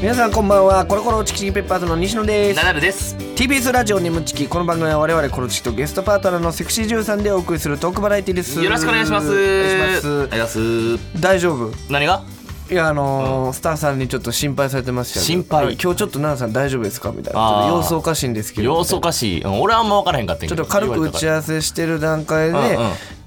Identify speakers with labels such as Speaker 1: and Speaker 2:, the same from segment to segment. Speaker 1: 皆さんこんばんはコロコロチキチキペッパーズの西野です
Speaker 2: ナダルです。
Speaker 1: TBS ラジオムチキこの番組は我々コロチキとゲストパートナーのセクシー女優さんでお送りするトークバラエティです
Speaker 2: よろしくお願いします。
Speaker 1: お願いし
Speaker 2: お願い
Speaker 1: ま
Speaker 2: します。
Speaker 1: す大丈夫
Speaker 2: 何が？
Speaker 1: いやあのースターさんにちょっと心配されてましたけど
Speaker 2: 心配
Speaker 1: はい今日ちょっと奈々さん大丈夫ですかみたいな
Speaker 2: あー
Speaker 1: ちょっと様子おかしいんですけど
Speaker 2: 様子おかしい。うん俺はあんま分からへんかったん
Speaker 1: ちょ
Speaker 2: や
Speaker 1: っ
Speaker 2: けど
Speaker 1: と軽く打ち合わせしてる段階で
Speaker 2: うんうん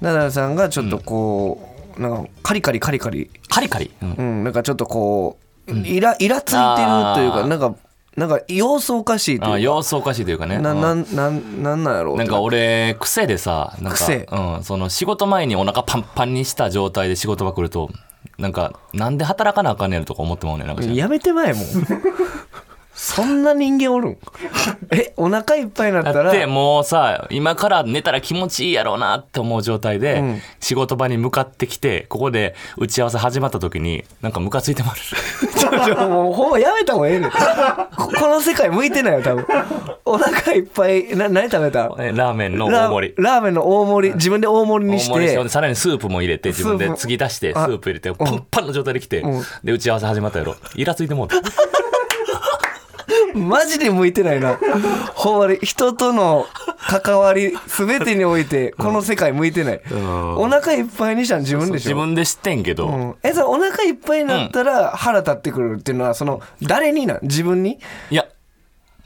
Speaker 1: 奈々さんがちょっとこう、なんかカリカリカリカリ
Speaker 2: カリカリ。うん
Speaker 1: うん、なんかちょっとこう、イライラついてるという
Speaker 2: あ
Speaker 1: か
Speaker 2: ー
Speaker 1: なんかなんか様子おかしい
Speaker 2: あ
Speaker 1: という
Speaker 2: 様子おかしいというかね。
Speaker 1: かな
Speaker 2: うん
Speaker 1: なんなんなんなんやろう
Speaker 2: なんか俺癖でさなんか
Speaker 1: 癖
Speaker 2: うん、その仕事前にお腹パンパンにした状態で仕事場来るとなんかなんで働かなあかんねんとか思ってまうねんなんか知らん
Speaker 1: やめてまえもうそんな人間おるんえお腹いっぱいになった
Speaker 2: だ
Speaker 1: ら
Speaker 2: ってもうさ今から寝たら気持ちいいやろうなって思う状態で、
Speaker 1: ん
Speaker 2: 仕事場に向かってきてここで打ち合わせ始まった時になんかムカついてまう
Speaker 1: ちょちょもうほんまやめた方がええねんここの世界向いてないよ多分お腹いっぱいな何食べた
Speaker 2: えラーメンの大
Speaker 1: ラ
Speaker 2: 盛り
Speaker 1: ラーメンの大盛り自分で大盛り
Speaker 2: 大
Speaker 1: にし
Speaker 2: 盛りしててさらにスープも入れて自分
Speaker 1: スー
Speaker 2: で
Speaker 1: プ
Speaker 2: 継ぎ出してス
Speaker 1: あ
Speaker 2: ープ入れてパンパンの状態で来て、
Speaker 1: うん
Speaker 2: で打ち合わせ始まったやろイラついてもう て
Speaker 1: マジで向いてないな。ほんまに人との関わり全てにおいてこの世界向いてない。
Speaker 2: ん
Speaker 1: お腹いっぱいにしたの自分でし
Speaker 2: 自
Speaker 1: ょ。
Speaker 2: 分で知ってんけど、
Speaker 1: うん、えそのお腹いっぱいになったら腹立ってくるっていうのはその誰になん自分に
Speaker 2: いや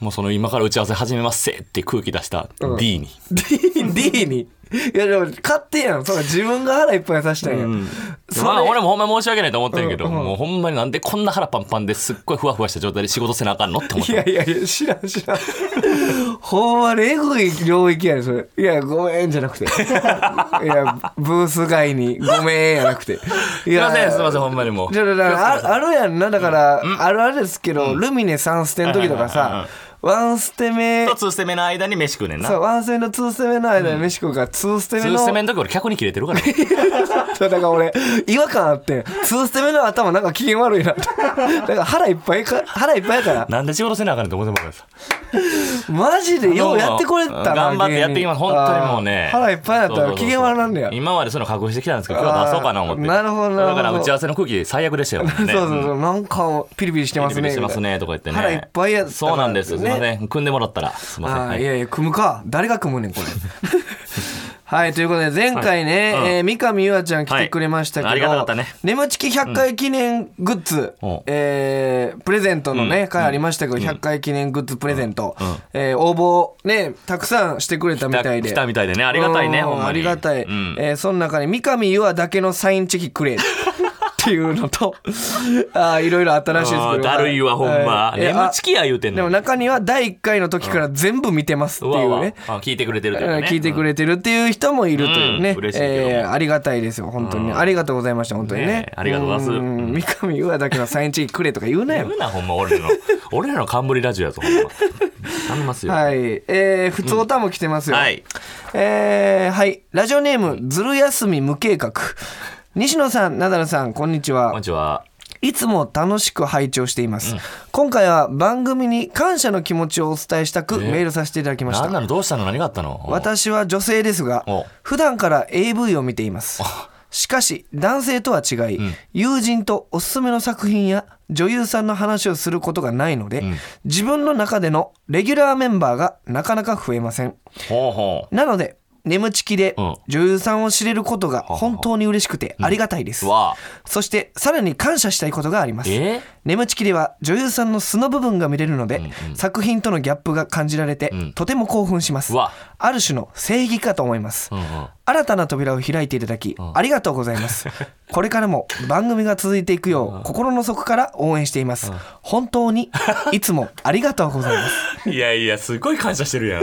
Speaker 2: もうその今から打ち合わせ始めますせって空気出した D に、
Speaker 1: D, D にいやでも勝手やんその自分が腹いっぱいさしたんや、それ
Speaker 2: まあ俺もほんま申し訳ないと思ってんけど、
Speaker 1: うんうん
Speaker 2: もうほんまになんでこんな腹パンパンですっごいふわふわした状態で仕事せなあかんのって思っ
Speaker 1: い
Speaker 2: て
Speaker 1: やいやいや知ら ん知らんほんまにえぐい領域やねそれいやごめんじゃなくていやブース外にごめんやなくてい
Speaker 2: すい
Speaker 1: や
Speaker 2: ませんすいませんほんまにもう
Speaker 1: じゃあだからああるやんなだから、あるあるですけど、ルミネ3ステの時とかさ、ワンステ目
Speaker 2: 一つ攻めの間に飯食うねんな
Speaker 1: そうワンステの2ステ目の間に飯食うから2ステ目
Speaker 2: 通
Speaker 1: の、
Speaker 2: 攻めの時俺客に切れてるから
Speaker 1: そうだから俺違和感あって2ステ目の頭なんか機嫌悪い なってだから腹いっぱいか腹いっぱいやから
Speaker 2: なんで仕事せなあかんねんと思ってもらった
Speaker 1: マジでようやってこれたな
Speaker 2: 頑張ってやってきます
Speaker 1: 芸
Speaker 2: 本
Speaker 1: 人
Speaker 2: 当にもうね
Speaker 1: あー腹いっぱいだっ
Speaker 2: そ
Speaker 1: た
Speaker 2: うそう
Speaker 1: ら
Speaker 2: そうそう
Speaker 1: 機嫌悪なんだよ
Speaker 2: 今までそういうの覚悟してきたんですけど今日出そうかな思って
Speaker 1: あーなるほどなるほど
Speaker 2: だから打ち合わせの空気最悪でした よね
Speaker 1: そうそうそうなんかピリピリしてます
Speaker 2: ビビ
Speaker 1: ね
Speaker 2: りしてますねとか言ってね
Speaker 1: 腹いっぱいやったから
Speaker 2: そうなんですすい
Speaker 1: ね
Speaker 2: ません組んでもらったらすいません
Speaker 1: あ
Speaker 2: は
Speaker 1: ー
Speaker 2: い
Speaker 1: いやいや組むか誰が組むね んこれはいということで前回ね、
Speaker 2: はいうん
Speaker 1: えー三上優愛ちゃん来てくれましたけど、
Speaker 2: はいありがたかったね
Speaker 1: 眠ちき100回記念グッズ、
Speaker 2: うん
Speaker 1: えープレゼントのね、回ありましたけど、100回記念グッズプレゼント、えー応募ねたくさんしてくれたみたいで
Speaker 2: 来たみたいでねありがたいね
Speaker 1: うん
Speaker 2: ほんまに
Speaker 1: ありがたい、
Speaker 2: うん
Speaker 1: えーその中に三上優愛だけのサインチェキ くれっていうのと あーいろいろ新しいですけ
Speaker 2: あー
Speaker 1: ど
Speaker 2: だるいわほんま
Speaker 1: はいえー
Speaker 2: 眠ちきや言うてん
Speaker 1: でも
Speaker 2: の
Speaker 1: 中には第1回の時から全部見てますっていうね。
Speaker 2: わあ聞いてくれてるというかね
Speaker 1: 聞いてくれてるっていう人もいるというね、
Speaker 2: うん嬉しいけども
Speaker 1: えーありがたいですよ本当にね、ありがとうございました本当にね
Speaker 2: ねえありがとうございます
Speaker 1: ん三上優愛だけのサインチェキくれとか言うな
Speaker 2: 言
Speaker 1: よ
Speaker 2: うなほんま俺 らの俺らの冠ラジオやぞほんま頼みますよ
Speaker 1: はいえー、普通歌も来てますよ、
Speaker 2: はい
Speaker 1: えーはいラジオネームずる休み無計画西野さんナダルさんこんにちは
Speaker 2: こんにちはい
Speaker 1: つも楽しく拝聴しています、今回は番組に感謝の気持ちをお伝えしたくメールさせていただきました
Speaker 2: 何なのどうしたの何があったの
Speaker 1: 私は女性ですが
Speaker 2: お
Speaker 1: 普段から AV を見ていますしかし男性とは違い、友人とおすすめの作品や女優さんの話をすることがないので、自分の中でのレギュラーメンバーがなかなか増えません
Speaker 2: ほうほ
Speaker 1: なので眠ちきで
Speaker 2: うん
Speaker 1: 女優さんを知れることが本当に嬉しくてありがたいです、
Speaker 2: うわあ
Speaker 1: そしてさらに感謝したいことがあります
Speaker 2: え
Speaker 1: 眠ちきでは女優さんの素の部分が見れるので、作品とのギャップが感じられて、とても興奮します
Speaker 2: うわ
Speaker 1: ある種の正義かと思います、
Speaker 2: うんうん
Speaker 1: 新たな扉を開いていただき、ありがとうございます これからも番組が続いていくよう心の底から応援しています、本当にいつ もありがとうございます
Speaker 2: いやいや、すごい感謝してるやん。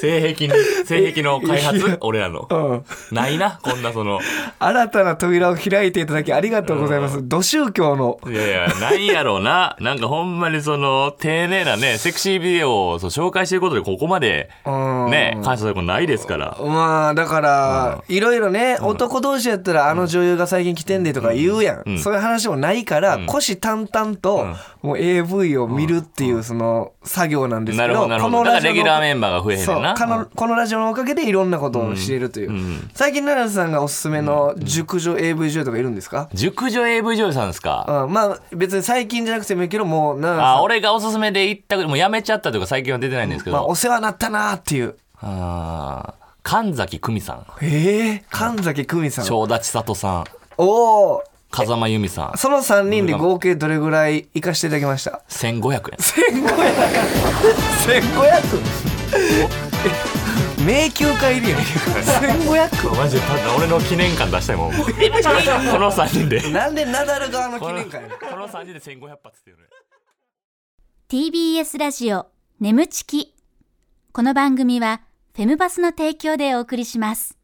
Speaker 2: 性癖に、性癖の開発俺らの。
Speaker 1: うん
Speaker 2: ないな、こんなその。
Speaker 1: 新たな扉を開いていただきありがとうございます。土宗教の。
Speaker 2: いやいや、ないやろうな。なんかほんまにその、丁寧なね、セクシービデオをそう紹介してることでここまで、
Speaker 1: うん
Speaker 2: ね、感謝することないですから。
Speaker 1: まあだからいろいろね男同士やったらあの女優が最近来てんでとか言うやんそういう話もないから虎視眈々ともう AV を見るっていうその作業なんです
Speaker 2: な
Speaker 1: け
Speaker 2: るほ
Speaker 1: ど
Speaker 2: ど、なるほど。だからレギュラーメンバーが増えへん
Speaker 1: そ
Speaker 2: ね
Speaker 1: うん
Speaker 2: な。
Speaker 1: かのこのラジオのおかけでいろんなことを知れるという、
Speaker 2: ん
Speaker 1: 最近奈良さんがおすすめの熟女 AV 女優とかいるんですか、
Speaker 2: 熟女 AV 女優さんですか
Speaker 1: うん、まあ別に最近じゃなくてもいいけどもう奈良さん
Speaker 2: あ俺がおすすめで行ったもうやめちゃったというか最近は出てないんですけ
Speaker 1: まあ、
Speaker 2: ど、
Speaker 1: お世話になったなーっていう
Speaker 2: あー神崎久美さん
Speaker 1: ええ神崎久美さん
Speaker 2: 正田千里さん
Speaker 1: おお
Speaker 2: 風間由美さん
Speaker 1: その3人で合計どれぐらい行かしていただきました
Speaker 2: 1500円
Speaker 1: 1500 1500迷宮会入りやね1500
Speaker 2: マジでただ俺の記念館出したいもん この3人で
Speaker 1: なんでナダル側の記
Speaker 2: この
Speaker 1: 念会やねん
Speaker 2: 3人で1500発っていうね
Speaker 3: TBS ラジオ眠ちきこの番組はフェムバスの提供でお送りします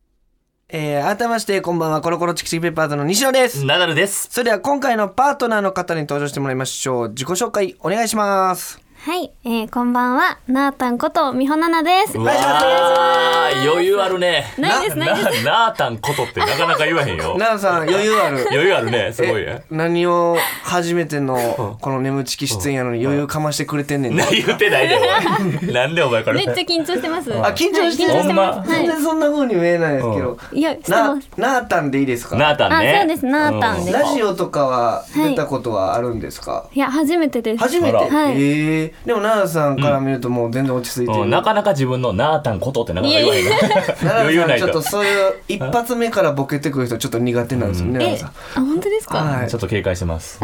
Speaker 1: えー、改めましてこんばんはコロコロチキチキペッパーズの西野です、
Speaker 2: ナダルです
Speaker 1: それでは今回のパートナーの方に登場してもらいましょう自己紹介お願いします
Speaker 4: はい、えー、こんばんは、なーたんことみほななです。
Speaker 2: わあ余裕あるね
Speaker 4: ないですないです。
Speaker 2: すななーたんことってなかなか言わへんよ
Speaker 1: 奈良さん余裕ある
Speaker 2: 余裕あるねすごい ね
Speaker 1: え何を初めてのこの眠ちき出演やのに余裕かましてくれてんねんな
Speaker 2: な言ってないでお 前なんでお前こ
Speaker 4: め
Speaker 2: れ
Speaker 4: っちゃ緊張してます。
Speaker 1: あ緊張してる
Speaker 4: はい緊張して
Speaker 2: ほんま
Speaker 4: ます。は
Speaker 1: 全
Speaker 4: い
Speaker 1: 然そんな風に見えないですけど、
Speaker 4: いや、して
Speaker 1: な
Speaker 4: ます。
Speaker 1: なあたんでいいですか
Speaker 2: なーたんね
Speaker 4: あそうですなーたんです
Speaker 1: ラジオとかは出たことはあるんですか、
Speaker 4: いや、初めてです。
Speaker 1: 初めて、
Speaker 2: あ
Speaker 4: らはい
Speaker 1: ええでも奈良さんから見るともう全然落ち着いてる、
Speaker 2: うんなかなか自分のなーたんことってなかなか言わへんよ
Speaker 1: 奈
Speaker 2: 余裕
Speaker 1: 良さ
Speaker 2: なんい
Speaker 1: ちょっ
Speaker 2: と
Speaker 1: とそういう一発目からボケてくる人ちょっと苦手なんですよね、
Speaker 4: え、
Speaker 1: 奈良さん
Speaker 4: あ、本当ですか。
Speaker 1: はい
Speaker 2: ちょっと警戒してます。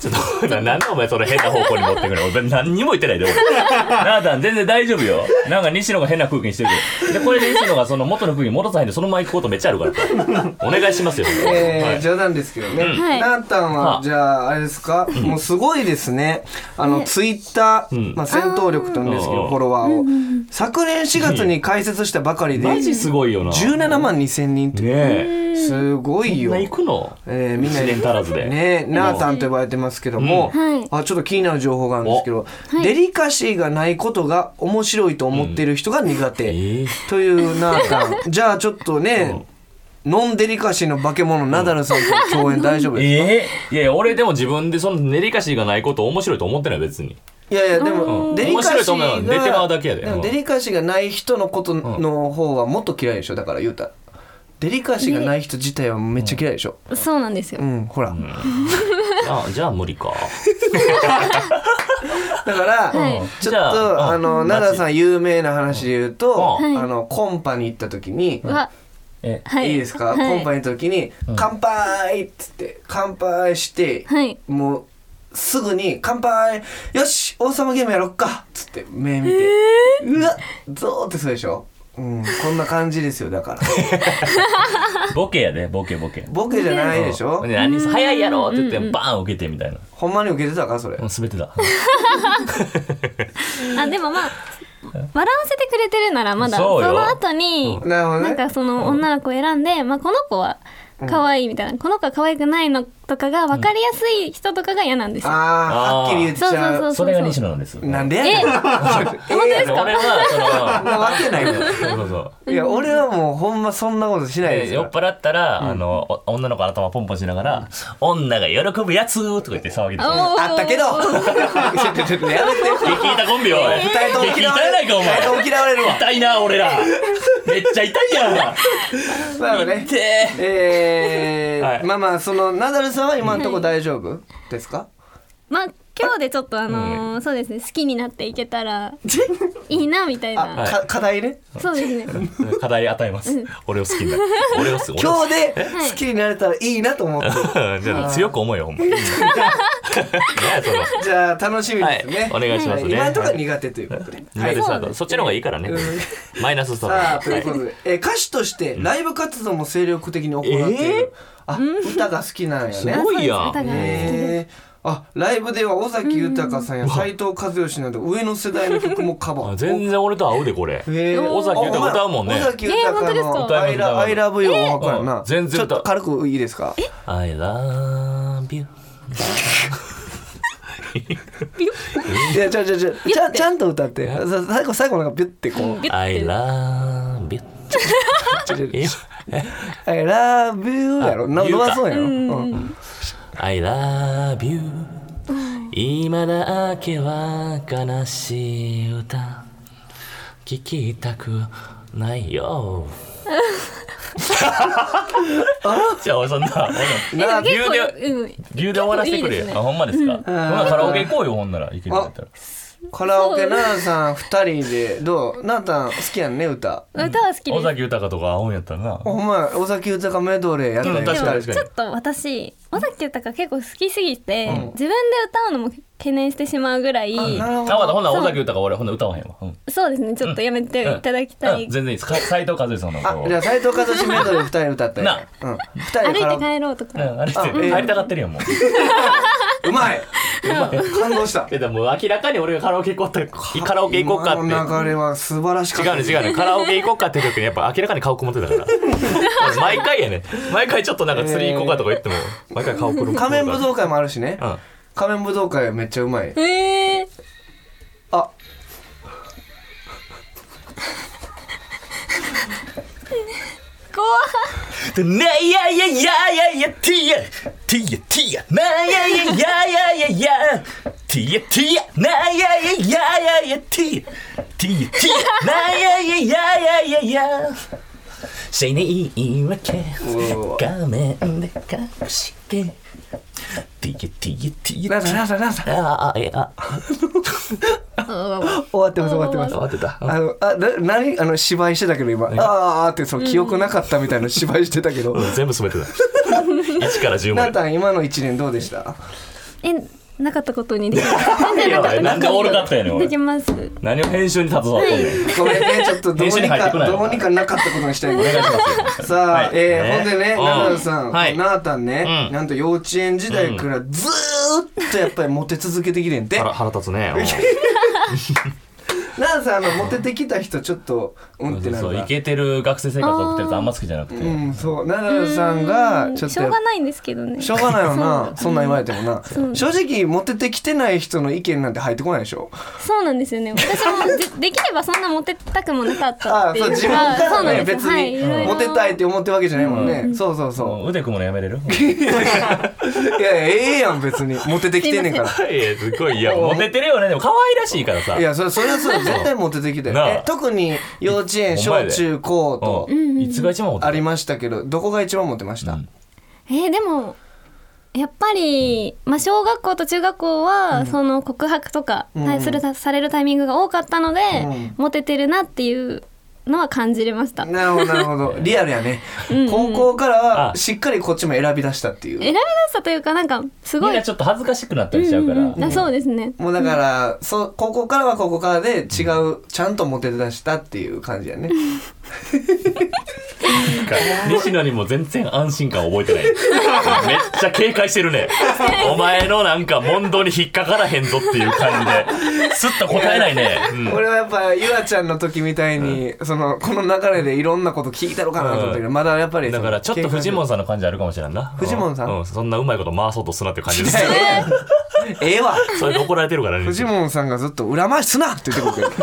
Speaker 2: ちょっと、ななんでお前それ変な方向に持ってくる俺何にも言ってないで、俺。なあたん、全然大丈夫よ。なんか西野が変な空気にしてるけど。で、これで西野がその元の空気に戻さへんで、そのまま行くことめっちゃあるから。お願いしますよ。
Speaker 1: えー
Speaker 2: はい
Speaker 1: 冗談ですけどね、
Speaker 4: はい
Speaker 1: なあたんは
Speaker 2: は
Speaker 1: じゃああれですか、もうすごいですねあの、ツイッター、
Speaker 2: うん
Speaker 1: まあ、戦闘力と言うんですけ
Speaker 2: あ
Speaker 1: ど
Speaker 2: ー
Speaker 1: フォロワーを、昨年4月に開設したばかりで
Speaker 2: マジすごいよな。ね
Speaker 1: 17万2000人って
Speaker 2: え。
Speaker 1: すごい
Speaker 2: みん
Speaker 1: よ
Speaker 2: な行くの
Speaker 1: えー、みんな
Speaker 2: 一年足らずで
Speaker 1: ねなあさんと呼ばれてますけども、
Speaker 4: うんはい
Speaker 1: あちょっと気になる情報があるんですけど、デリカシーがないことが面白いと思ってる人が苦
Speaker 2: え
Speaker 1: 手、
Speaker 2: ー
Speaker 1: というなあさんじゃあちょっとね、ノンデリカシーの化け物ナダルさんとの共演大丈夫ですか、
Speaker 2: えーいやいや、俺でも自分でその練りかしがないこと面白いと思ってない、別 に。
Speaker 1: いやいやでも
Speaker 2: うん
Speaker 1: デリカシ
Speaker 2: 面白いと
Speaker 1: ー
Speaker 2: 思うよ
Speaker 1: が
Speaker 2: 出てまうだけやで
Speaker 1: もデリカシーがない人のことの方はもっと嫌いでしょだから言うたらデリカシーがない人自体はめっちゃ嫌いでしょ
Speaker 4: そうなんですよ
Speaker 1: う。ん、ほら、
Speaker 2: あ、じゃあ無理か。
Speaker 1: だから、
Speaker 4: はい
Speaker 1: ち
Speaker 2: じ
Speaker 1: ょっ
Speaker 2: ゃ
Speaker 1: と
Speaker 2: あ
Speaker 1: あの
Speaker 2: うん
Speaker 1: 奈良さん有名な話で言うと、
Speaker 2: うん
Speaker 1: あのコンパに行った時に、
Speaker 4: うわ、
Speaker 2: え、
Speaker 4: はい。
Speaker 1: い、いですか、
Speaker 4: はい
Speaker 1: コンパに行った時に「乾杯!」っつって乾杯して、
Speaker 4: はい
Speaker 1: もうすぐに「乾杯よし王様ゲームやろっか!」っつって目見て、うわゾーってするでしょ、うん、こんな感じですよだ から
Speaker 2: ボケやで、ボケボケ。
Speaker 1: ボケじゃないでしょ、
Speaker 2: うん何早いやろって言って、バーン受けてみたいな。
Speaker 1: ほんまに受けてたかそれ、
Speaker 2: うん滑ってた。
Speaker 4: あ、でもまあ、笑わせてくれてるならまだ、
Speaker 2: そ
Speaker 4: そう
Speaker 2: よ
Speaker 4: の後に、
Speaker 1: なるほどね
Speaker 4: なんかその女の子を選んで、まあこの子は可愛いみたいな、この子は可愛くないのとかが分かりやすい人とかが嫌なんですよ。
Speaker 1: ああーはっきり言っち
Speaker 4: そうそう
Speaker 1: ゃう
Speaker 4: そう
Speaker 2: それが西野
Speaker 4: 野。
Speaker 2: なんです。
Speaker 1: なんでやねん
Speaker 4: え
Speaker 2: 俺は、その
Speaker 1: な、わけないよ
Speaker 2: そうそうそう。
Speaker 1: いや俺はもうほんまそんなことしないで
Speaker 2: です酔
Speaker 1: よ
Speaker 2: っ。払ったら、あのお女の子頭ポンポンしながら「女が喜ぶやつ!」とか言って騒ぎで
Speaker 4: お
Speaker 2: す
Speaker 4: ー
Speaker 1: あったけど。ちょっとちょっとやめて。
Speaker 2: 激痛コンビよおい
Speaker 1: 二人とも
Speaker 2: 激
Speaker 1: 嫌
Speaker 2: 痛
Speaker 1: われ
Speaker 2: やないかお
Speaker 1: 二人とも
Speaker 2: 前
Speaker 1: 嫌われるわ。
Speaker 2: 痛いな俺 らめっちゃ痛いやんお前
Speaker 1: なのね。
Speaker 2: で
Speaker 1: えー
Speaker 2: はい
Speaker 1: まあまあそのナダルさんは今のところ大丈夫ですか？
Speaker 4: まあ今日でちょっとあのーそうですね好きになっていけたらいいなみたい
Speaker 1: あ、
Speaker 4: な
Speaker 1: か課題ね。
Speaker 4: そうですね
Speaker 2: 課題与えます俺を好きになる俺を好き俺を
Speaker 1: 今
Speaker 2: 好
Speaker 1: 日で好きになれたらいいなと思って。
Speaker 2: き じゃあ強く思えよほんま ねえその
Speaker 1: じゃあ楽しみですね。
Speaker 2: はいお願いしますね
Speaker 1: 今のところ苦手ということで。
Speaker 2: 苦手スタートそっちの方がいいからね マイナススタ
Speaker 1: さ
Speaker 2: ー
Speaker 1: あ
Speaker 2: ト
Speaker 1: ということで、えー歌手としてライブ活動も精力的に行っている。あ、歌が好きなんやね。
Speaker 2: すごいや
Speaker 4: お互
Speaker 2: ん
Speaker 4: い好きで
Speaker 1: へえあライブでは尾崎豊さんや斉藤和義など上の世代の曲もカバ
Speaker 2: あ
Speaker 1: ー
Speaker 2: 全然俺と合うでこれ
Speaker 1: へえ
Speaker 2: 尾崎豊歌うもんね
Speaker 1: お前尾崎豊
Speaker 4: えー本当です
Speaker 1: の「
Speaker 2: か
Speaker 1: アイラアイラブユーも分かる
Speaker 2: えー
Speaker 1: な
Speaker 2: うん全然
Speaker 1: ちょっ
Speaker 2: 歌う
Speaker 1: と軽くいいですか
Speaker 2: 「I love you」
Speaker 1: いやちゃちゃちゃちゃちゃんと歌ってさ最後最後なんかピュってこう
Speaker 4: ビュッて
Speaker 2: I love you
Speaker 1: ちょちょちょ
Speaker 2: え
Speaker 1: I love you やろな
Speaker 2: 言
Speaker 1: 伸
Speaker 2: うか
Speaker 1: ばそうやろうん。
Speaker 2: I love you 今だけは悲しい歌聞きたくない よ。じゃあ、そんな、ほな
Speaker 1: な
Speaker 4: 結構
Speaker 2: 牛で
Speaker 4: うん
Speaker 2: 牛で終わらせてくれ
Speaker 4: 結構いいです
Speaker 2: よ。
Speaker 4: ね
Speaker 2: あ、ほんまですか。ほなカラオケ行こうよ、ほんなら。行けるんだったら。
Speaker 1: カラオケ奈良さん2人でどう奈良さん好きやんね歌
Speaker 4: 歌は好きで
Speaker 2: 尾
Speaker 4: す。
Speaker 2: 崎豊とか青んやったらな。
Speaker 1: ほんまや尾崎豊メドレーやった
Speaker 2: う
Speaker 1: や
Speaker 2: ん
Speaker 1: ん
Speaker 2: 確かに
Speaker 1: 二
Speaker 2: 確
Speaker 1: 人
Speaker 2: か
Speaker 4: ちょっと私尾崎豊結構好きすぎて、
Speaker 1: ん
Speaker 4: 自分で歌うのも懸念してしまうぐらい
Speaker 1: なるほ
Speaker 2: あ、まだ
Speaker 1: ど
Speaker 2: ほんなら尾崎豊俺ほんなら歌わへんわ。うん
Speaker 4: そうですねちょっとやめていただきたい、
Speaker 2: うん全然いいです。か斉藤和義さんの
Speaker 1: あ
Speaker 2: 方。
Speaker 1: じゃあ斎藤和義メドレー2人歌ったやんうん二人
Speaker 4: 歩
Speaker 1: でカラオ
Speaker 4: いて
Speaker 1: ケ
Speaker 4: 帰ろうとか、
Speaker 2: うん、あれして、
Speaker 1: あええ
Speaker 2: 入りたがってるやん、もう。
Speaker 1: うまい 感動した
Speaker 2: え、でも明らかに俺がカラオケ行こうって、カラオケ行こうかって。
Speaker 1: 今の流れは素晴らしかっ
Speaker 2: 違
Speaker 1: た
Speaker 2: うね違うねカラオケ行こうかって時にやっぱ明らかに顔曇ってたから毎回やね毎回ちょっとなんか釣り行こうかとか言っても毎回顔黒く
Speaker 1: 仮面武道会もあるしね
Speaker 2: うん
Speaker 1: 仮面武道会めっちゃうまい
Speaker 4: えー、
Speaker 1: あ
Speaker 4: 怖
Speaker 2: でねいやいやいやいやいやティアティアティアないやいやいやいやいやティアティアないやいやいやいやティアティアティアないやいやいやいやいやしに言い訳
Speaker 1: おー
Speaker 2: 画面で隠してティアティアティア
Speaker 1: なさなさなさ
Speaker 2: ああいやあ
Speaker 1: 終わってます終わってます
Speaker 2: 慌てた
Speaker 1: あのあな何あの芝居してたけど今あーあーってその記憶なかったみたいな芝居してたけど
Speaker 2: うん全部滑ってた1から10ま
Speaker 1: な
Speaker 2: で
Speaker 1: たん今の一年どう でした
Speaker 4: えなかったことにできます
Speaker 2: いやなんで俺だったんやねん俺
Speaker 4: できます
Speaker 2: 何を編集に携わってんの
Speaker 1: ごめんねちょっとどう
Speaker 2: 編集
Speaker 1: に
Speaker 2: に入ってこ
Speaker 1: か
Speaker 2: ない
Speaker 1: どうにかなかったことにしたいん
Speaker 2: お願いしますよ
Speaker 1: さあ、
Speaker 2: はい
Speaker 1: えー
Speaker 2: ね
Speaker 1: ほんでね
Speaker 2: うん
Speaker 1: ナダルさん、
Speaker 2: はい
Speaker 1: ナータンね、
Speaker 2: うん
Speaker 1: なんと幼稚園時代からずーっとやっぱりモテ続けてきてんて、
Speaker 2: 腹腹立つね
Speaker 1: ナダルさんあのモテてきた人ちょっとうんってな
Speaker 2: そう
Speaker 1: る
Speaker 2: イ
Speaker 1: か
Speaker 2: ケてる学生生活送ってるとあんま好きじゃなくて
Speaker 1: らうんそうナダルさんがちょっ
Speaker 4: し
Speaker 1: と
Speaker 4: ょ
Speaker 1: や
Speaker 4: う
Speaker 1: っ
Speaker 4: が
Speaker 1: ぱ
Speaker 4: ないんですけどね
Speaker 1: しょうがないよなそんなん言われてもな正直モテてきてない人の意見なんて入ってこないでしょ
Speaker 4: そうなんですよね私もでできればそんなモテたくもなかった
Speaker 1: あ
Speaker 4: っ
Speaker 1: あ
Speaker 4: ていう
Speaker 1: そう自分
Speaker 4: あーそ
Speaker 1: か
Speaker 4: うな
Speaker 1: らね
Speaker 4: んですよ
Speaker 1: 別
Speaker 4: はいいろい
Speaker 1: に
Speaker 4: ろ
Speaker 1: モテたいって思ってるわけじゃないもんねそうそうそう
Speaker 2: もう腕組むのやめれる
Speaker 1: いやいやええやん別にモテてきてんねんから
Speaker 2: いやすごい いやモテてるよねでも可愛らしいからさ
Speaker 1: いやそれそれはそう絶対モテてきたよ
Speaker 2: なあ
Speaker 1: え特に幼稚園
Speaker 2: ほんまや
Speaker 1: 小
Speaker 2: で
Speaker 1: 中高と
Speaker 2: うんいつが一番モテ
Speaker 1: あ
Speaker 2: た
Speaker 1: りましたけどどこが一番モテました、
Speaker 2: うん
Speaker 4: えーでもやっぱり、まあ、小学校と中学校は、その告白とか、
Speaker 1: うん
Speaker 4: はいするされるタイミングが多かったので、
Speaker 1: うん
Speaker 4: モテてるなっていうのは感じれました選
Speaker 1: なるほどなるほどリアルやね高校からは
Speaker 2: あ
Speaker 1: しっかりこっちも選び出したってい
Speaker 4: び
Speaker 1: う
Speaker 4: 出したというかなんかす
Speaker 2: み
Speaker 4: ご
Speaker 2: ん
Speaker 4: い
Speaker 2: なちょっと恥ずかしくなったりしちゃうから
Speaker 4: あそうですね
Speaker 1: もうだから、そう高校からは高校からで違うちゃんとモテ出したっていう感じやね
Speaker 2: 西野にも全然安心感覚えて ない。めっちゃ警戒してる ね。お前のなんか問答に引っかからへんぞっていう感じで、すっと答えないね。うん
Speaker 1: 俺はやっぱゆあちゃんの時みたいに、そのこの流れでいろんなこと聞いたのかなと思ったけど、
Speaker 2: うん
Speaker 1: まだやっぱりそ
Speaker 2: だ
Speaker 1: の
Speaker 2: からちょっとフジモンさんの感じあるかもしれんな。
Speaker 1: フジモンさん
Speaker 2: うん、そんなうまいこと回そうとすなっていう感じです。
Speaker 1: ええわ
Speaker 2: それで怒られてるからね。
Speaker 1: フジモンさんがずっと裏回しすなって言ってくる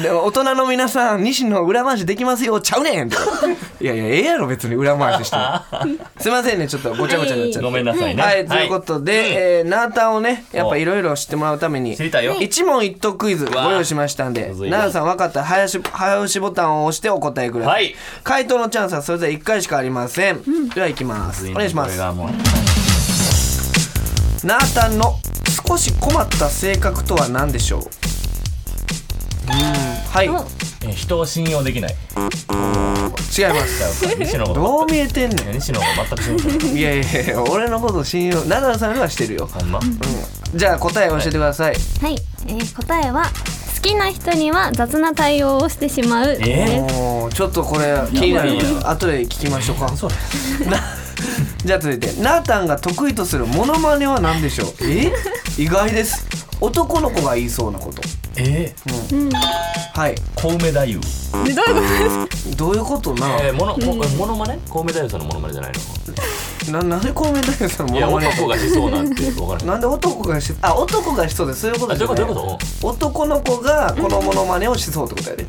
Speaker 1: でも大人の皆さん西野裏回しできますよちゃうねんとかいやいやええやろ別に裏回し してもすいませんねちょっとごちゃごちゃになっちゃって
Speaker 2: ごめんなさいね。
Speaker 1: はい、ということで、えーナータンをねやっぱいろいろ知ってもらうために
Speaker 2: 知りたいよ
Speaker 1: 一問一答クイズご用意しましたんで
Speaker 2: わあむずい
Speaker 1: 奈
Speaker 2: わ
Speaker 1: 良さん分かったら早押し早押しボタンを押してお答えください、
Speaker 2: はい
Speaker 1: 回答のチャンスはそれぞれ1回しかありません、では行きますお願いしま
Speaker 2: こ
Speaker 1: す
Speaker 2: れがもう
Speaker 1: ナータンの少し困った性格とは何でしょううーんはい違いま
Speaker 2: えー人を信用できない。
Speaker 1: す
Speaker 2: 西野のこと
Speaker 1: どう見えてんね
Speaker 2: 西野が全く信用できない。
Speaker 1: んいやいやいや俺のこと信用ナダルさんよりはしてるよ、
Speaker 2: ほんま。
Speaker 1: うん、じゃあ答え教えてください、
Speaker 4: はい、えー答えは好きな人には雑な対応をしてしまう
Speaker 2: えー
Speaker 1: おーちょっとこれ気になる後で聞きましょうか
Speaker 2: そう
Speaker 1: なじゃあ続いてナータンが得意とするモノマネは何でしょうえ意外です男の子が言いそうなこと
Speaker 2: えー、
Speaker 1: はい
Speaker 2: 小梅太夫。
Speaker 1: どういうことな、
Speaker 2: えー、もの、もものまね小梅太夫さんのものまねじゃないの
Speaker 1: ななんでコメントさんの
Speaker 2: い
Speaker 1: モ
Speaker 2: や
Speaker 1: ノマネ
Speaker 2: 男がしそうなんて分からない。
Speaker 1: なんで男がしあ男がしそうですそういうこと
Speaker 2: あ
Speaker 1: です
Speaker 2: どうい
Speaker 1: ね
Speaker 2: うことどういうこ
Speaker 1: 男の子がこのモノマネをしそうってことやで、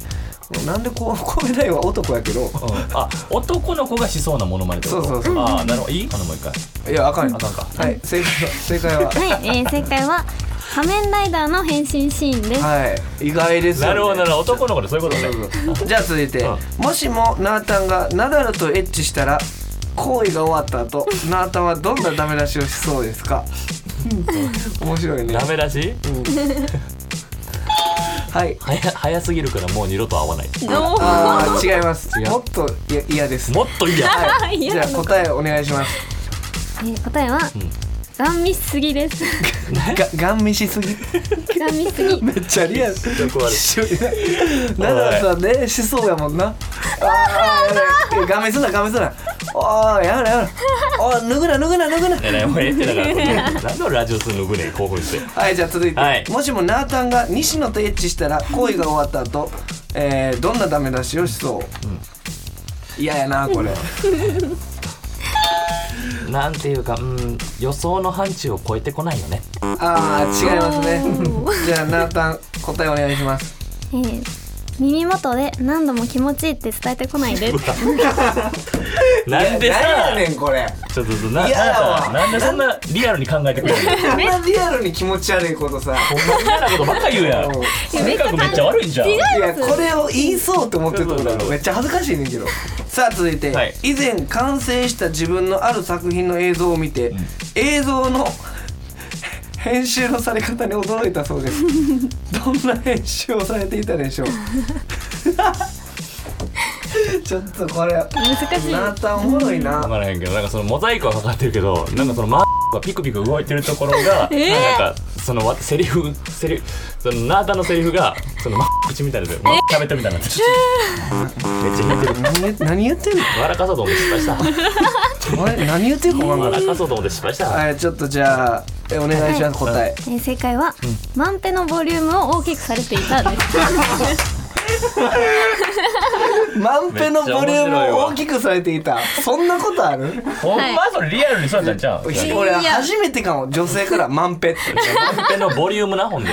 Speaker 1: なんでこうコメダイは男やけど
Speaker 2: と、うん、あ男の子がしそうなものまねってこと
Speaker 1: そうそうそう
Speaker 2: あーなるほどいいかなもう一回
Speaker 1: いやあかんよ
Speaker 2: あかんか
Speaker 1: はい正解は正解は
Speaker 4: はい、えー正解は仮面ライダーの変身シーンです。
Speaker 1: はい意外ですよ、ね、
Speaker 2: なるほどなるほど男の子でそういうことね
Speaker 1: そうそうじゃあ続いて
Speaker 2: うん
Speaker 1: もしもナータンがナダルとエッチしたら行為が終わった後ナータンはどんなダメ出しをしそうですか面白いね
Speaker 2: ダメ出し
Speaker 1: はい
Speaker 2: はや早すぎるからもう二度と会わない
Speaker 4: おー
Speaker 1: あー違います
Speaker 2: 違う
Speaker 1: もっといや嫌です
Speaker 2: もっといいや
Speaker 1: はい、じ
Speaker 4: 嫌
Speaker 1: ゃ
Speaker 4: な
Speaker 1: あ
Speaker 4: の
Speaker 1: 答えお願いします
Speaker 4: えー答えは、ガン見しすぎ です。
Speaker 1: がガン見しすぎ
Speaker 4: ガン見しすぎ。
Speaker 1: めっちゃリ アル
Speaker 2: 欲悪い
Speaker 1: ナダルさんねしそうやもんなあーやだガン見すんなガン見すんなおーやめろやめろおー脱ぐな脱ぐな脱ぐな
Speaker 2: ねえねえもうええってだから何で俺ラジオするのぐねえ興奮して
Speaker 1: はいじゃあ続いて、
Speaker 2: はい
Speaker 1: もしもナータンが西野とエッチしたら行為が終わった後、えー、どんなダメ出しをしそう嫌、やなこれ
Speaker 2: なんていうかうん予想の範疇を超えてこないよね
Speaker 1: あー違いますね じゃあナータン答えお願いします
Speaker 4: えー耳元で何度も気持ちいいって伝えてこないです。
Speaker 2: なんで
Speaker 1: いや
Speaker 2: さ
Speaker 1: 何やねんこれ
Speaker 2: ちょっとな
Speaker 1: 嫌やわ
Speaker 2: なんだなんでそんなリアルに考えてくれるの
Speaker 1: あんなリアルに気持ち悪いこと さ
Speaker 2: ほんま嫌なことばっか言うやん
Speaker 1: うん
Speaker 2: 性格めっちゃ悪いんじゃん
Speaker 1: いやこれを言いそうと思ってたことだろめっちゃ恥ずかしいねんけどさあ続いて、
Speaker 2: はい
Speaker 1: 以前完成した自分のある作品の映像を見て、映像の 編集のされ方に驚いたそうです どんな編集をされていたでしょう ちょっとこれ
Speaker 4: 難しい。
Speaker 1: なたおもろいな、
Speaker 2: わからへんけどなんかそのモザイクはかかってるけどなんかそのマーがピクピク動いてるところが、なんかそのわセリフセリフそのナータのセリフがそのマー口みたいなでマー食べてるみたいになってるめっちゃ似てる
Speaker 1: 何何言ってんの
Speaker 2: 笑かそうと思って失敗した
Speaker 1: お前何言ってんのか分か
Speaker 2: 笑
Speaker 1: ん
Speaker 2: かそうと思って失敗した
Speaker 1: な
Speaker 2: わ
Speaker 1: いはいちょっとじゃあえお願いします答え
Speaker 4: えー正解は、マンペのボリュームを大きくされてい たです。
Speaker 1: 満ペのボリュームを大きくされていたそんなことある
Speaker 2: ほんまそれリアルにそうやったんちゃう
Speaker 1: 俺初めてかも女性から満 ペって
Speaker 2: 満ペのボリュームなほんで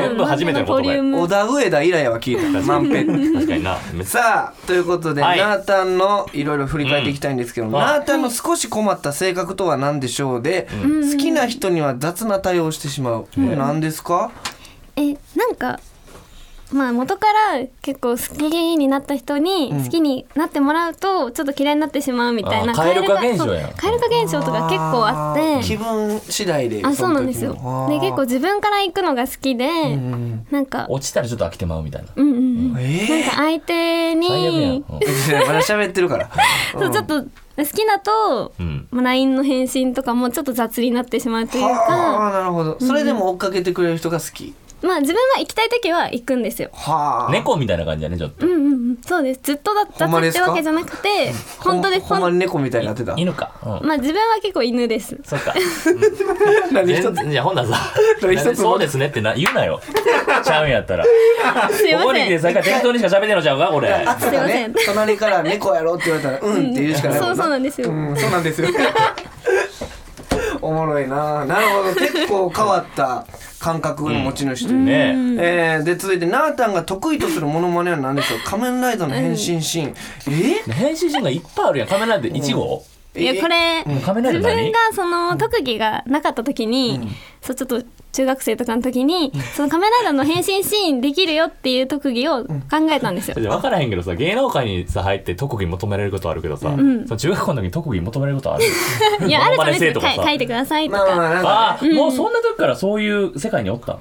Speaker 2: 全部初めての
Speaker 4: ボ
Speaker 2: 言
Speaker 4: リ
Speaker 2: 葉や
Speaker 4: ュー
Speaker 1: 小
Speaker 4: ム。
Speaker 1: 田上田以来は聞いた満ペ
Speaker 2: 確かになめっちゃ
Speaker 1: さあということで、
Speaker 2: はい
Speaker 1: ナータンのいろいろ振り返っていきたいんですけど、
Speaker 2: ん
Speaker 1: ナータンの少し困った性格とは何でしょうで、好きな人には雑な対応をしてしまう、何ですか
Speaker 4: えなんか。まあ元から結構好きになった人に好きになってもらうとちょっと嫌いになってしまうみたいな
Speaker 2: あー
Speaker 4: が
Speaker 2: 蛙化現象や
Speaker 4: そう蛙化現象とか結構あって
Speaker 1: ー気分次第で
Speaker 4: あそうなんですよで結構自分から行くのが好きで、なんか
Speaker 2: 落ちたらちょっと飽きてまうみたいな
Speaker 4: うんうん
Speaker 1: 構え
Speaker 4: なんか相手
Speaker 2: 最悪やん
Speaker 4: に
Speaker 2: うん
Speaker 1: えまだ喋ってるから
Speaker 4: そうちょっと好きだと、
Speaker 2: うん
Speaker 4: まあ LINE の返信とかもちょっと雑になってしまうという
Speaker 1: は
Speaker 4: か
Speaker 1: あなるほどそれでも追っかけてくれる人が好き
Speaker 4: まあ自分は行きたい時は行くんですよ。
Speaker 1: はあ
Speaker 2: 猫みたいな感じやねちょっと
Speaker 4: うんうんうんそうですずっとだ
Speaker 1: ほんま
Speaker 4: 雑
Speaker 1: で
Speaker 4: っ
Speaker 1: す
Speaker 4: て
Speaker 1: か
Speaker 4: わけじゃなくて本当です
Speaker 1: ほんほんま
Speaker 4: ほん
Speaker 1: に猫みたいになってた
Speaker 2: 犬かうん
Speaker 4: まあ自分は結構犬です。
Speaker 2: そっか
Speaker 1: 何一
Speaker 2: 全
Speaker 1: つ
Speaker 2: 然いやほんならさ
Speaker 1: 何一つも
Speaker 2: そうですねってな言うなよちゃうんやったらこ
Speaker 4: すいま
Speaker 2: こに来
Speaker 4: せ
Speaker 2: て
Speaker 4: ん。
Speaker 2: さ適当にしか喋ってんのちゃうかこ れ
Speaker 1: あと
Speaker 4: すい
Speaker 1: が
Speaker 4: ま
Speaker 1: ね
Speaker 4: せん
Speaker 1: 隣から猫やろって言われたらうんって言うしかないも
Speaker 4: そ
Speaker 1: ん
Speaker 4: うそう
Speaker 1: な
Speaker 4: なんですよ。
Speaker 1: うんそうなんですよおもろいななるほど結構変わった感覚の持ち主というね
Speaker 2: ねえ
Speaker 1: えーで続いてなーたんが得意とするモノマネは何でしょう仮面ライダーの変身シーンえ
Speaker 2: 編集人がいっぱいあるやんカメラで1号
Speaker 4: いやこれ
Speaker 2: カメラで
Speaker 4: 自分
Speaker 2: 何
Speaker 4: がその特技がなかった時に、そうちょっと中学生とかの時にそのカメライダーの変身シーンできるよっていう特技を考えたんですよ。
Speaker 2: 分からへんけどさ芸能界にさ入って特技求められることあるけどさ、その中学校の時に特技求められることある
Speaker 4: いやある
Speaker 2: モ
Speaker 4: と
Speaker 2: ノマネ生
Speaker 4: ですよ
Speaker 2: とかさ
Speaker 4: 書いてくださいと
Speaker 1: まあまあ
Speaker 4: か
Speaker 1: まあなんか
Speaker 2: ああもうそんな時からそういう世界におった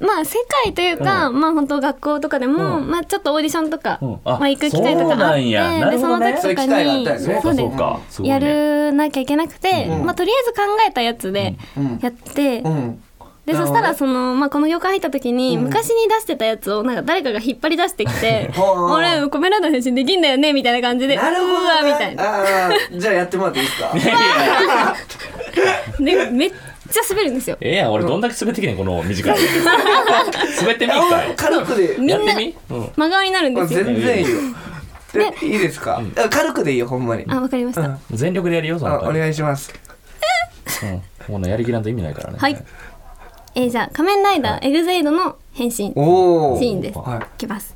Speaker 4: まあ世界というか、まあ本当学校とかでも、
Speaker 2: うん
Speaker 4: まあちょっとオーディションとか、
Speaker 2: うんあ
Speaker 4: まあ行く機会とかあって
Speaker 2: そうなんやなる
Speaker 4: で
Speaker 2: ほ
Speaker 4: そ
Speaker 2: ど
Speaker 4: の
Speaker 2: ね
Speaker 1: そ
Speaker 4: 時とか
Speaker 1: ういう機会
Speaker 4: に
Speaker 1: があったんや
Speaker 2: そ
Speaker 1: ね
Speaker 2: うか
Speaker 4: で
Speaker 2: そうかすごい
Speaker 4: や
Speaker 2: ね
Speaker 4: るなきゃいけなくて、まあとりあえず考えたやつで
Speaker 1: うん
Speaker 4: やって、
Speaker 1: うん
Speaker 4: で
Speaker 1: な
Speaker 4: そ
Speaker 1: るほど
Speaker 4: したらその、まあ、この業界入った時に、昔に出してたやつをなんか誰かが引っ張り出してき て
Speaker 1: ほう
Speaker 4: 俺コメラの返信できんだよねみたいな感じで
Speaker 1: なるほ
Speaker 4: う
Speaker 1: ど
Speaker 4: わ
Speaker 1: ね
Speaker 4: みたいな
Speaker 1: あーじゃあやってもらっていいですか
Speaker 4: でめっちゃ滑るんですよ
Speaker 2: ええやん俺どんだけ滑ってきてんこの短い滑ってみ一 回
Speaker 1: 軽くで
Speaker 4: みん
Speaker 2: やっ
Speaker 4: な
Speaker 2: てみ、うん、
Speaker 4: 真顔になるんですよ
Speaker 1: 全然いいよでいいですかあ軽くでいいよほんまに
Speaker 4: あわかりました、
Speaker 1: うん
Speaker 2: 全力でやるよそ
Speaker 1: あ
Speaker 2: の
Speaker 1: お願いします
Speaker 2: うん、こんなやりきらんと意味ないからね
Speaker 4: はいえーじゃあ仮面ライダーエグゼイドの変身い
Speaker 1: おお
Speaker 4: シーンです
Speaker 1: はい
Speaker 4: きます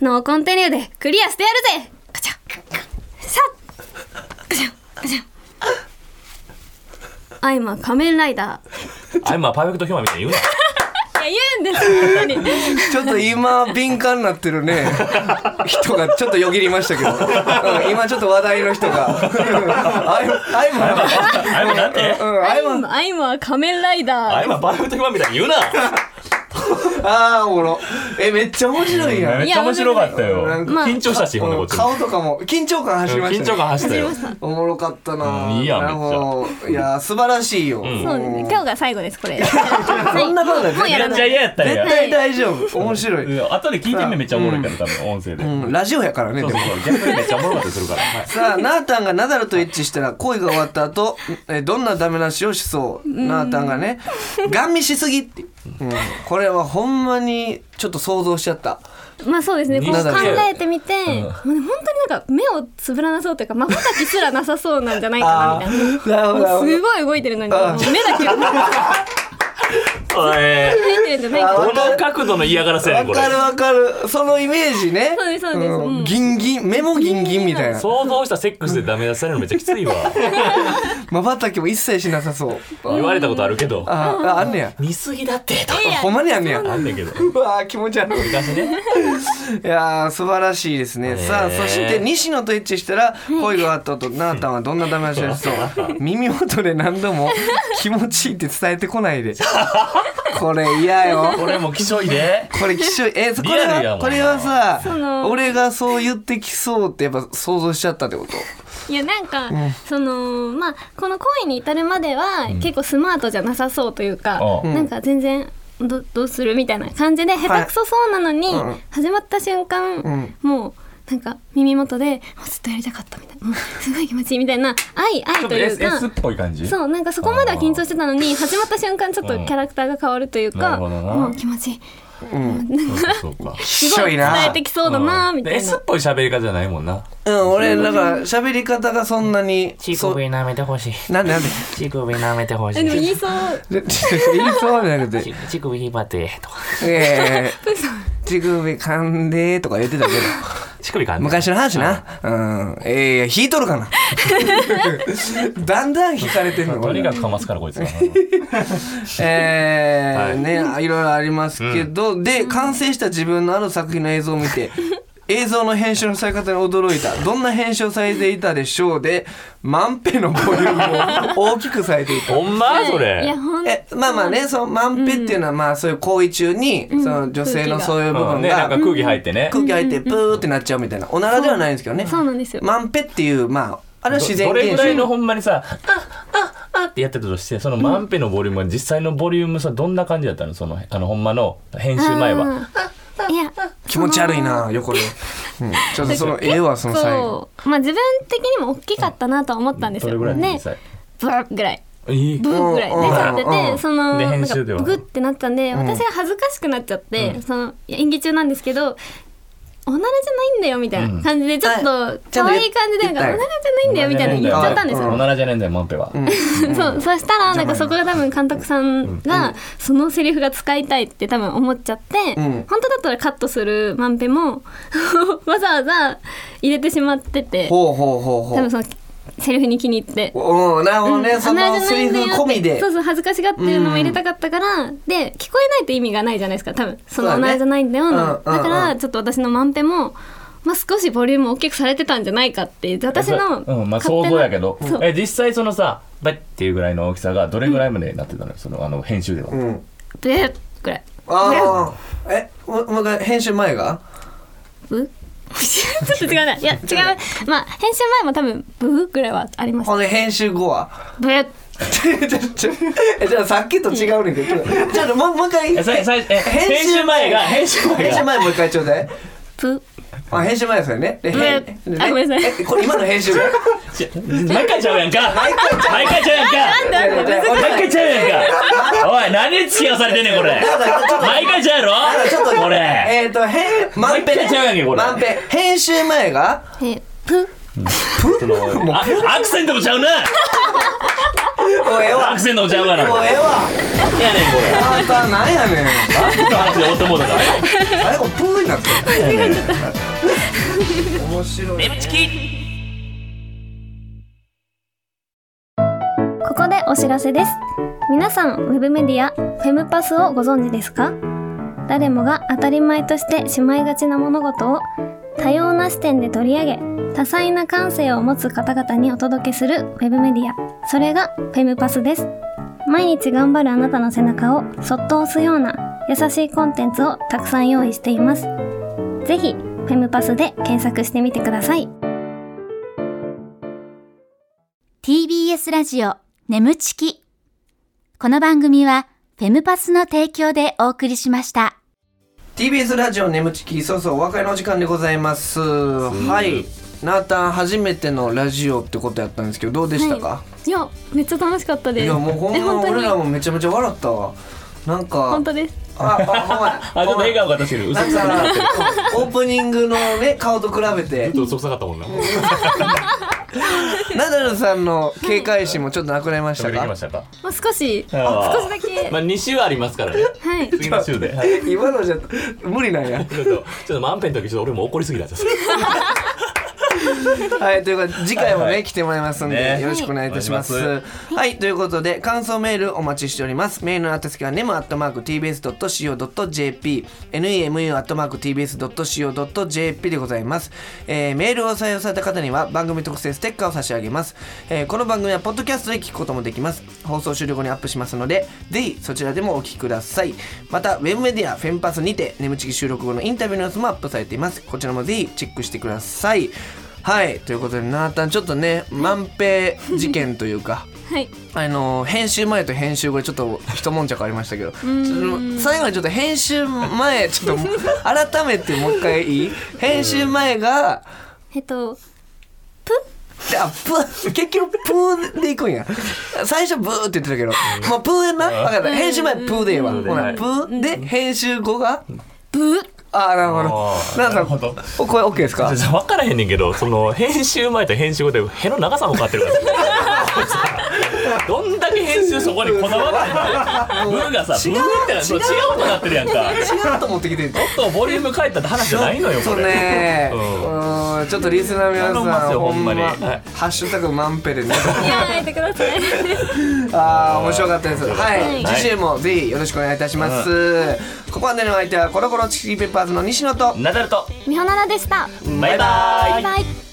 Speaker 4: ノーコンティニューでクリアしてやるぜガチャシャッガチャガチャアイマ仮面ライダー
Speaker 2: あ今パーフェクトヒューマンみたいに言うな。
Speaker 4: いや言うんです本当に
Speaker 1: ちょっと今敏感になってる ね人がちょっとよぎりましたけど、うん今ちょっと話題の人が「あいあいもなんか
Speaker 2: あ今なんて
Speaker 1: うんあいも
Speaker 4: アイムは仮面ライダ
Speaker 2: あ
Speaker 4: ー
Speaker 2: 今パーフェクトヒューマンみたいに言うな。
Speaker 1: あーおもろえめっちゃ面白いやん
Speaker 2: めっちゃ面白かったよ。
Speaker 1: なんか
Speaker 2: 緊張したし、ほんでこっちも。
Speaker 1: 顔とかも緊張感走りまし
Speaker 2: 緊
Speaker 1: た
Speaker 2: 張
Speaker 1: ね
Speaker 2: 感走ったよ。
Speaker 1: おもろかったな、
Speaker 2: うんいいやん
Speaker 1: なるほどいや素晴らしいよ、
Speaker 2: ん
Speaker 4: そうですね今日が最後ですこれはい
Speaker 1: そんなことない
Speaker 4: もう
Speaker 2: め
Speaker 4: やら
Speaker 2: っ
Speaker 4: な
Speaker 2: ちゃ
Speaker 4: い
Speaker 2: 嫌やったん
Speaker 1: 絶
Speaker 2: や。
Speaker 1: 対大丈夫面白い、
Speaker 2: うん後で聞いてみめっちゃおもろいから、多分音声で。
Speaker 1: うん、ラジオやからね
Speaker 2: そ
Speaker 1: で
Speaker 2: う
Speaker 1: も
Speaker 2: そうそう。逆にめっちゃおもろかったりするから。はい
Speaker 1: さあナータンがナダルと一致したら恋が終わった後えどんなダメ出しをしそうナータンがね「ガン見しすぎ」って、うんこれはほんまにちょっと想像しちゃった
Speaker 4: まあそうですねこう
Speaker 2: な
Speaker 4: 考
Speaker 2: んだろう
Speaker 4: えてみて、もう本当になんか目をつぶらなそうというかまばたきすらなさそうなんじゃないかなみたいな
Speaker 1: ーなるほどなる
Speaker 4: も
Speaker 1: ほ
Speaker 4: う
Speaker 1: ど
Speaker 4: すごい動いてるのに、
Speaker 1: あ
Speaker 4: もう目だけは
Speaker 2: おい
Speaker 4: 動いてるんじゃない
Speaker 1: あ
Speaker 4: か
Speaker 2: この角度の嫌がらせやね
Speaker 1: わ
Speaker 2: これ。
Speaker 1: かるわかるそのイメージね
Speaker 4: そうですそうです
Speaker 1: ん
Speaker 4: うん
Speaker 1: ギンギン目もギンギンみたいな
Speaker 2: 想像したセックスでダメ出しされるのめっちゃきついわ。
Speaker 1: まばたきも一切しなさそう
Speaker 2: 言われたことあるけど。
Speaker 1: あーああんねや
Speaker 2: 似すぎだってと。
Speaker 1: ほんまにあんねや
Speaker 2: あんねんけど。
Speaker 1: うわー気持ち悪い
Speaker 2: 昔ね。
Speaker 1: いやー素晴らしいです
Speaker 2: ね
Speaker 1: ね、
Speaker 2: ー
Speaker 1: さあそして西野と一致したら恋があったとなあたんはどんなダメ出しをしそう耳元で何度も 気持ちいいって伝えてこ ないでこれ嫌よ
Speaker 2: これもきしょいで。
Speaker 1: これきしょいえーこれ
Speaker 2: リアルやも
Speaker 1: は
Speaker 2: んな
Speaker 1: これはさ
Speaker 4: の
Speaker 1: 俺がそう言ってきそうってやっぱ想像しちゃったってこと
Speaker 4: いやなんか、そのまあこの恋に至るまでは、結構スマートじゃなさそうというか、
Speaker 2: うん
Speaker 4: なんか全然どどうするみたいな感じで下手くそそうなのに、
Speaker 1: はいうん
Speaker 4: 始まった瞬間、
Speaker 1: ん
Speaker 4: もうなんか耳元で「もうずっとやりたかった」みたいなもう「すごい気持ちいい」みたいな愛
Speaker 2: ちょ
Speaker 4: 愛
Speaker 2: っと
Speaker 4: という
Speaker 2: S,
Speaker 4: か
Speaker 2: S っ。ぽい感じ。
Speaker 4: そうなんかそこまでは緊張してたのに始まった瞬間ちょっとキャラクターが変わるという
Speaker 2: なる
Speaker 4: か、
Speaker 2: ほどな
Speaker 4: もう気持ちいい
Speaker 2: そうかそうか。
Speaker 1: き
Speaker 4: す
Speaker 1: し
Speaker 4: ご
Speaker 1: ょ
Speaker 4: い
Speaker 1: い
Speaker 4: 伝
Speaker 1: な
Speaker 4: えてきそうだなみたいな、
Speaker 2: S っぽい喋り方じゃないもんな。
Speaker 1: うん俺だから喋り方がそんなに
Speaker 5: チー
Speaker 1: そ
Speaker 5: ク
Speaker 1: う
Speaker 5: ビ舐めてほしい。
Speaker 1: なんでなん で
Speaker 5: チークビ舐めてほし
Speaker 4: えでも
Speaker 5: い。
Speaker 4: 言いそう
Speaker 1: 言いそうじゃなくて
Speaker 5: チチークビ引っ張ってとか。
Speaker 1: ええ乳首噛んでとか言ってた けど
Speaker 2: 乳首感じ。
Speaker 1: 昔の話なうんええ引いとるかな だんだん引かれてんの
Speaker 2: と
Speaker 1: こ
Speaker 2: に
Speaker 1: れ
Speaker 2: かくかますからこいつは。
Speaker 1: ええ
Speaker 2: はい
Speaker 1: ねいろいろありますけど、で完成した自分のある作品の映像を 見て映像の編集のされ方に驚いたどんな編集をされていたでしょうで満ペのボリュームを大きくされていた
Speaker 2: ほんまそれ。
Speaker 4: いやほん
Speaker 1: えまあまあねその満ペっていうのはまあそういう行為中に、その女性のそういう部
Speaker 2: う
Speaker 1: 分
Speaker 2: んねな
Speaker 1: が
Speaker 2: んか空気入ってね。
Speaker 1: 空気入ってプーってなっちゃうみたいなおならではないんですけどね
Speaker 4: そうなんですよ
Speaker 1: マンペっていうまああれは自然
Speaker 2: どれぐ
Speaker 1: 現
Speaker 2: らいの
Speaker 1: 象
Speaker 2: ほんまにさ「あああってやってたとしてその満ペのボリュームは実際のボリュームさどんな感じだったのそのあのほんまの編集前は。
Speaker 4: いや
Speaker 1: 気持ち悪いな横で、うん、ちょっとその絵はその最後
Speaker 4: そうまあ自分的にも大きかったなとは思ったんです
Speaker 2: ど
Speaker 4: よ。
Speaker 2: れぐらいの
Speaker 4: で
Speaker 2: 実際
Speaker 4: ブワッぐらい
Speaker 2: えー
Speaker 4: ブーぐらい
Speaker 1: うん
Speaker 4: でやって
Speaker 1: うんうん
Speaker 4: てその
Speaker 2: で
Speaker 4: なん
Speaker 2: 編
Speaker 4: か
Speaker 2: 集では
Speaker 4: ブグってなったんで私が恥ずかしくなっちゃってそのいや演技中なんですけど。おならじゃないんだよみたいな感じでちょっと
Speaker 1: ちゃん
Speaker 4: 可
Speaker 1: と
Speaker 4: 愛い感じでなんかお
Speaker 1: 言った
Speaker 4: ならじ
Speaker 1: よ
Speaker 4: ゃないんだよみたいな言っちゃったんです
Speaker 2: お
Speaker 4: よ。
Speaker 2: ならじゃねえんだよ満ペは。
Speaker 4: そうそしたらなんかそこが多分監督さんがそのセリフが使いたいって多分思っちゃって
Speaker 1: うん
Speaker 4: 本当だったらカットするマンペも わざわざ入れてしまってて
Speaker 1: ほうほうほうほ
Speaker 4: 多分
Speaker 1: う
Speaker 4: そのセリフに気に入って。
Speaker 1: おーなるほどね、
Speaker 4: うん
Speaker 1: そ
Speaker 4: あんな
Speaker 1: の
Speaker 4: じゃな
Speaker 1: セ
Speaker 4: い
Speaker 1: リ
Speaker 4: ん
Speaker 1: フ
Speaker 4: だよって
Speaker 1: 込みで
Speaker 4: そうそう恥ずかしがってるのも入れたかったから、で聞こえないと意味がないじゃないですか多分その
Speaker 1: そ
Speaker 4: お
Speaker 1: うだね
Speaker 4: ならじゃないんだよの、
Speaker 1: うんうんうん
Speaker 4: だからちょっと私のマンペもまあ少しボリュームを大きくされてたんじゃないかっていう私の
Speaker 2: うんまあ
Speaker 4: 勝手
Speaker 2: 想
Speaker 4: な
Speaker 2: 像やけど
Speaker 4: そう
Speaker 2: え実際そのさバッっていうぐらいの大きさがどれぐらいまでなってたのよそのあの編集では。
Speaker 1: うん
Speaker 4: ブッぐらい
Speaker 1: ああえももう一回編集前が
Speaker 4: ブ ちょっと違うないや違うまあ編集前も多分ブぐらいはありました
Speaker 1: ほんで編集後は
Speaker 4: ブッ
Speaker 1: ちょちょちょえじゃあさっきと違うねんけどちょっとちょっともうもう一回
Speaker 2: えささえ編集前が編集前
Speaker 1: 編集
Speaker 2: が。
Speaker 1: 前もう一回ちょうだい
Speaker 4: ブ
Speaker 1: あ編集前ですよねで
Speaker 4: うん
Speaker 1: へんでね
Speaker 4: あごめんなさい
Speaker 1: えこれ今の編集前
Speaker 2: 毎回ちゃうやんか。
Speaker 1: 毎回ちゃう
Speaker 2: 毎回ちゃうやんか。
Speaker 1: だって難
Speaker 2: 毎回ちゃうやんか。おい何に付き合わされてんねんこれ。毎回ちゃうやろ。
Speaker 1: ちょっと
Speaker 2: これ。
Speaker 1: えっ、ー、と、へん、まん
Speaker 2: 毎
Speaker 1: ぺ
Speaker 2: 回ちゃうやんけこれ
Speaker 1: まんぺ編集前が、
Speaker 4: えプ
Speaker 2: そのあアクセントもちゃうな
Speaker 1: もうええ
Speaker 2: ア
Speaker 1: わ
Speaker 2: ク。セントもちゃうから
Speaker 1: もうええわ。
Speaker 2: 何やねんこれ
Speaker 1: あんたなんやねん。
Speaker 2: アクセントの話で追ってもうたから
Speaker 1: あれ、おプーになってる。面白い。
Speaker 4: ここでお知らせです皆さんウェブメディアフェムパスをご存知ですか誰もが当たり前としてしまいがちな物事を多様な視点で取り上げ多彩な感性を持つ方々にお届けするウェブメディアそれがフェムパスです毎日頑張るあなたの背中をそっと押すような優しいコンテンツをたくさん用意していますぜひフェムパスで検索してみてください
Speaker 3: TBS ラジオ眠ちき。この番組はフェムパスの提供でお送りしました。
Speaker 1: TBS ラジオ眠ちきそうそうお別れのお時間でございますはいなーたん初めてのラジオってことやったんですけどどうでしたか、
Speaker 4: いやめっちゃ楽しかったで
Speaker 1: い、
Speaker 4: す
Speaker 1: やもうほん
Speaker 4: え
Speaker 1: ま
Speaker 4: 本当
Speaker 1: 俺ら
Speaker 4: に
Speaker 1: もめちゃめちゃ笑ったわなんか
Speaker 4: 本当です
Speaker 1: ああ
Speaker 2: あ、ちょっと笑顔
Speaker 1: が
Speaker 2: が確かに嘘
Speaker 1: なん
Speaker 2: くさくなってる。
Speaker 1: かオープニングのね顔と比べて
Speaker 5: ちょっと嘘くさかったもんな。
Speaker 1: ナダルさんの警戒心もちょっとなくなりまし
Speaker 2: そ
Speaker 1: た
Speaker 2: れできま
Speaker 1: か
Speaker 2: したか。
Speaker 4: まあ、少し
Speaker 2: あー
Speaker 4: 少しだけ
Speaker 5: まあ、2週ありますからね。
Speaker 4: はい
Speaker 5: 次の週で。はい
Speaker 1: 今のじゃ無理なんや
Speaker 5: ちょっと、ちょっと満遍の時、ちょっと俺も怒りすぎだった。
Speaker 1: はい、ということで、次回も
Speaker 2: はいは
Speaker 1: ね、
Speaker 2: い
Speaker 1: 来てもらいますんで、
Speaker 2: ね
Speaker 1: よろしくお願いいたします。
Speaker 2: お願い
Speaker 1: はい、ということで、感想メールお待ちしております。メールの宛先は、nemu.tbs.co.jp、nemu.tbs.co.jp でございます。えーメールを採用された方には、番組特製ステッカーを差し上げます。えーこの番組は、ポッドキャストで聞くこともできます。放送終了後にアップしますので、ぜひそちらでもお聞きください。また、ウェブメディア、フェンパスにて、眠ちき収録後のインタビューの様子もアップされています。こちらもぜひチェックしてください。はいということでなーたんちょっとね万平事件という か
Speaker 4: はい
Speaker 1: あのー編集前と編集後でちょっと一悶着ありましたけどちょっと最後にちょっと編集 前ちょっと改めてもう一回いい編集前が
Speaker 4: えっと
Speaker 1: であプー結局プーでいくんや最初ブーって言ってたけどもうプーでな分かった編集前プーでいいわほ
Speaker 2: プーで
Speaker 1: ら
Speaker 2: はい
Speaker 1: プーで編集後が
Speaker 4: ブー
Speaker 1: あーなるほどなー
Speaker 2: な
Speaker 1: た
Speaker 2: る
Speaker 1: ん
Speaker 2: ほど。
Speaker 1: お声 OK です か
Speaker 5: じゃあ分からへんねんけど、その、編集前と編集後で、への長さも変わってる から。どんだけ編集そこにこだわらないブーがさ、
Speaker 1: 違う
Speaker 5: ブーってなそう違うことなってるや んか。
Speaker 1: 違うと思ってきてる
Speaker 5: ちょっとボリューム変えたって話じゃないのよ、
Speaker 1: そ
Speaker 5: こ
Speaker 1: う
Speaker 5: れ。
Speaker 1: ね、うん、ちょっとリスナーの
Speaker 5: 頼み
Speaker 1: 皆
Speaker 5: ま
Speaker 1: さ
Speaker 5: す
Speaker 1: ん
Speaker 5: よ
Speaker 1: ほんま
Speaker 5: ほんまにはい
Speaker 1: ハッシュタグマンペで ね
Speaker 4: いやーいてくだ さい
Speaker 1: ああ面白かったですはい、
Speaker 4: はい
Speaker 1: 次週もぜひよろしくお願いいたします、ここまでのお相手はコロコロチキチキペッパーズの西野と
Speaker 2: ナダルと。
Speaker 4: みほななでした
Speaker 2: バイバーイ
Speaker 4: バイ。バイ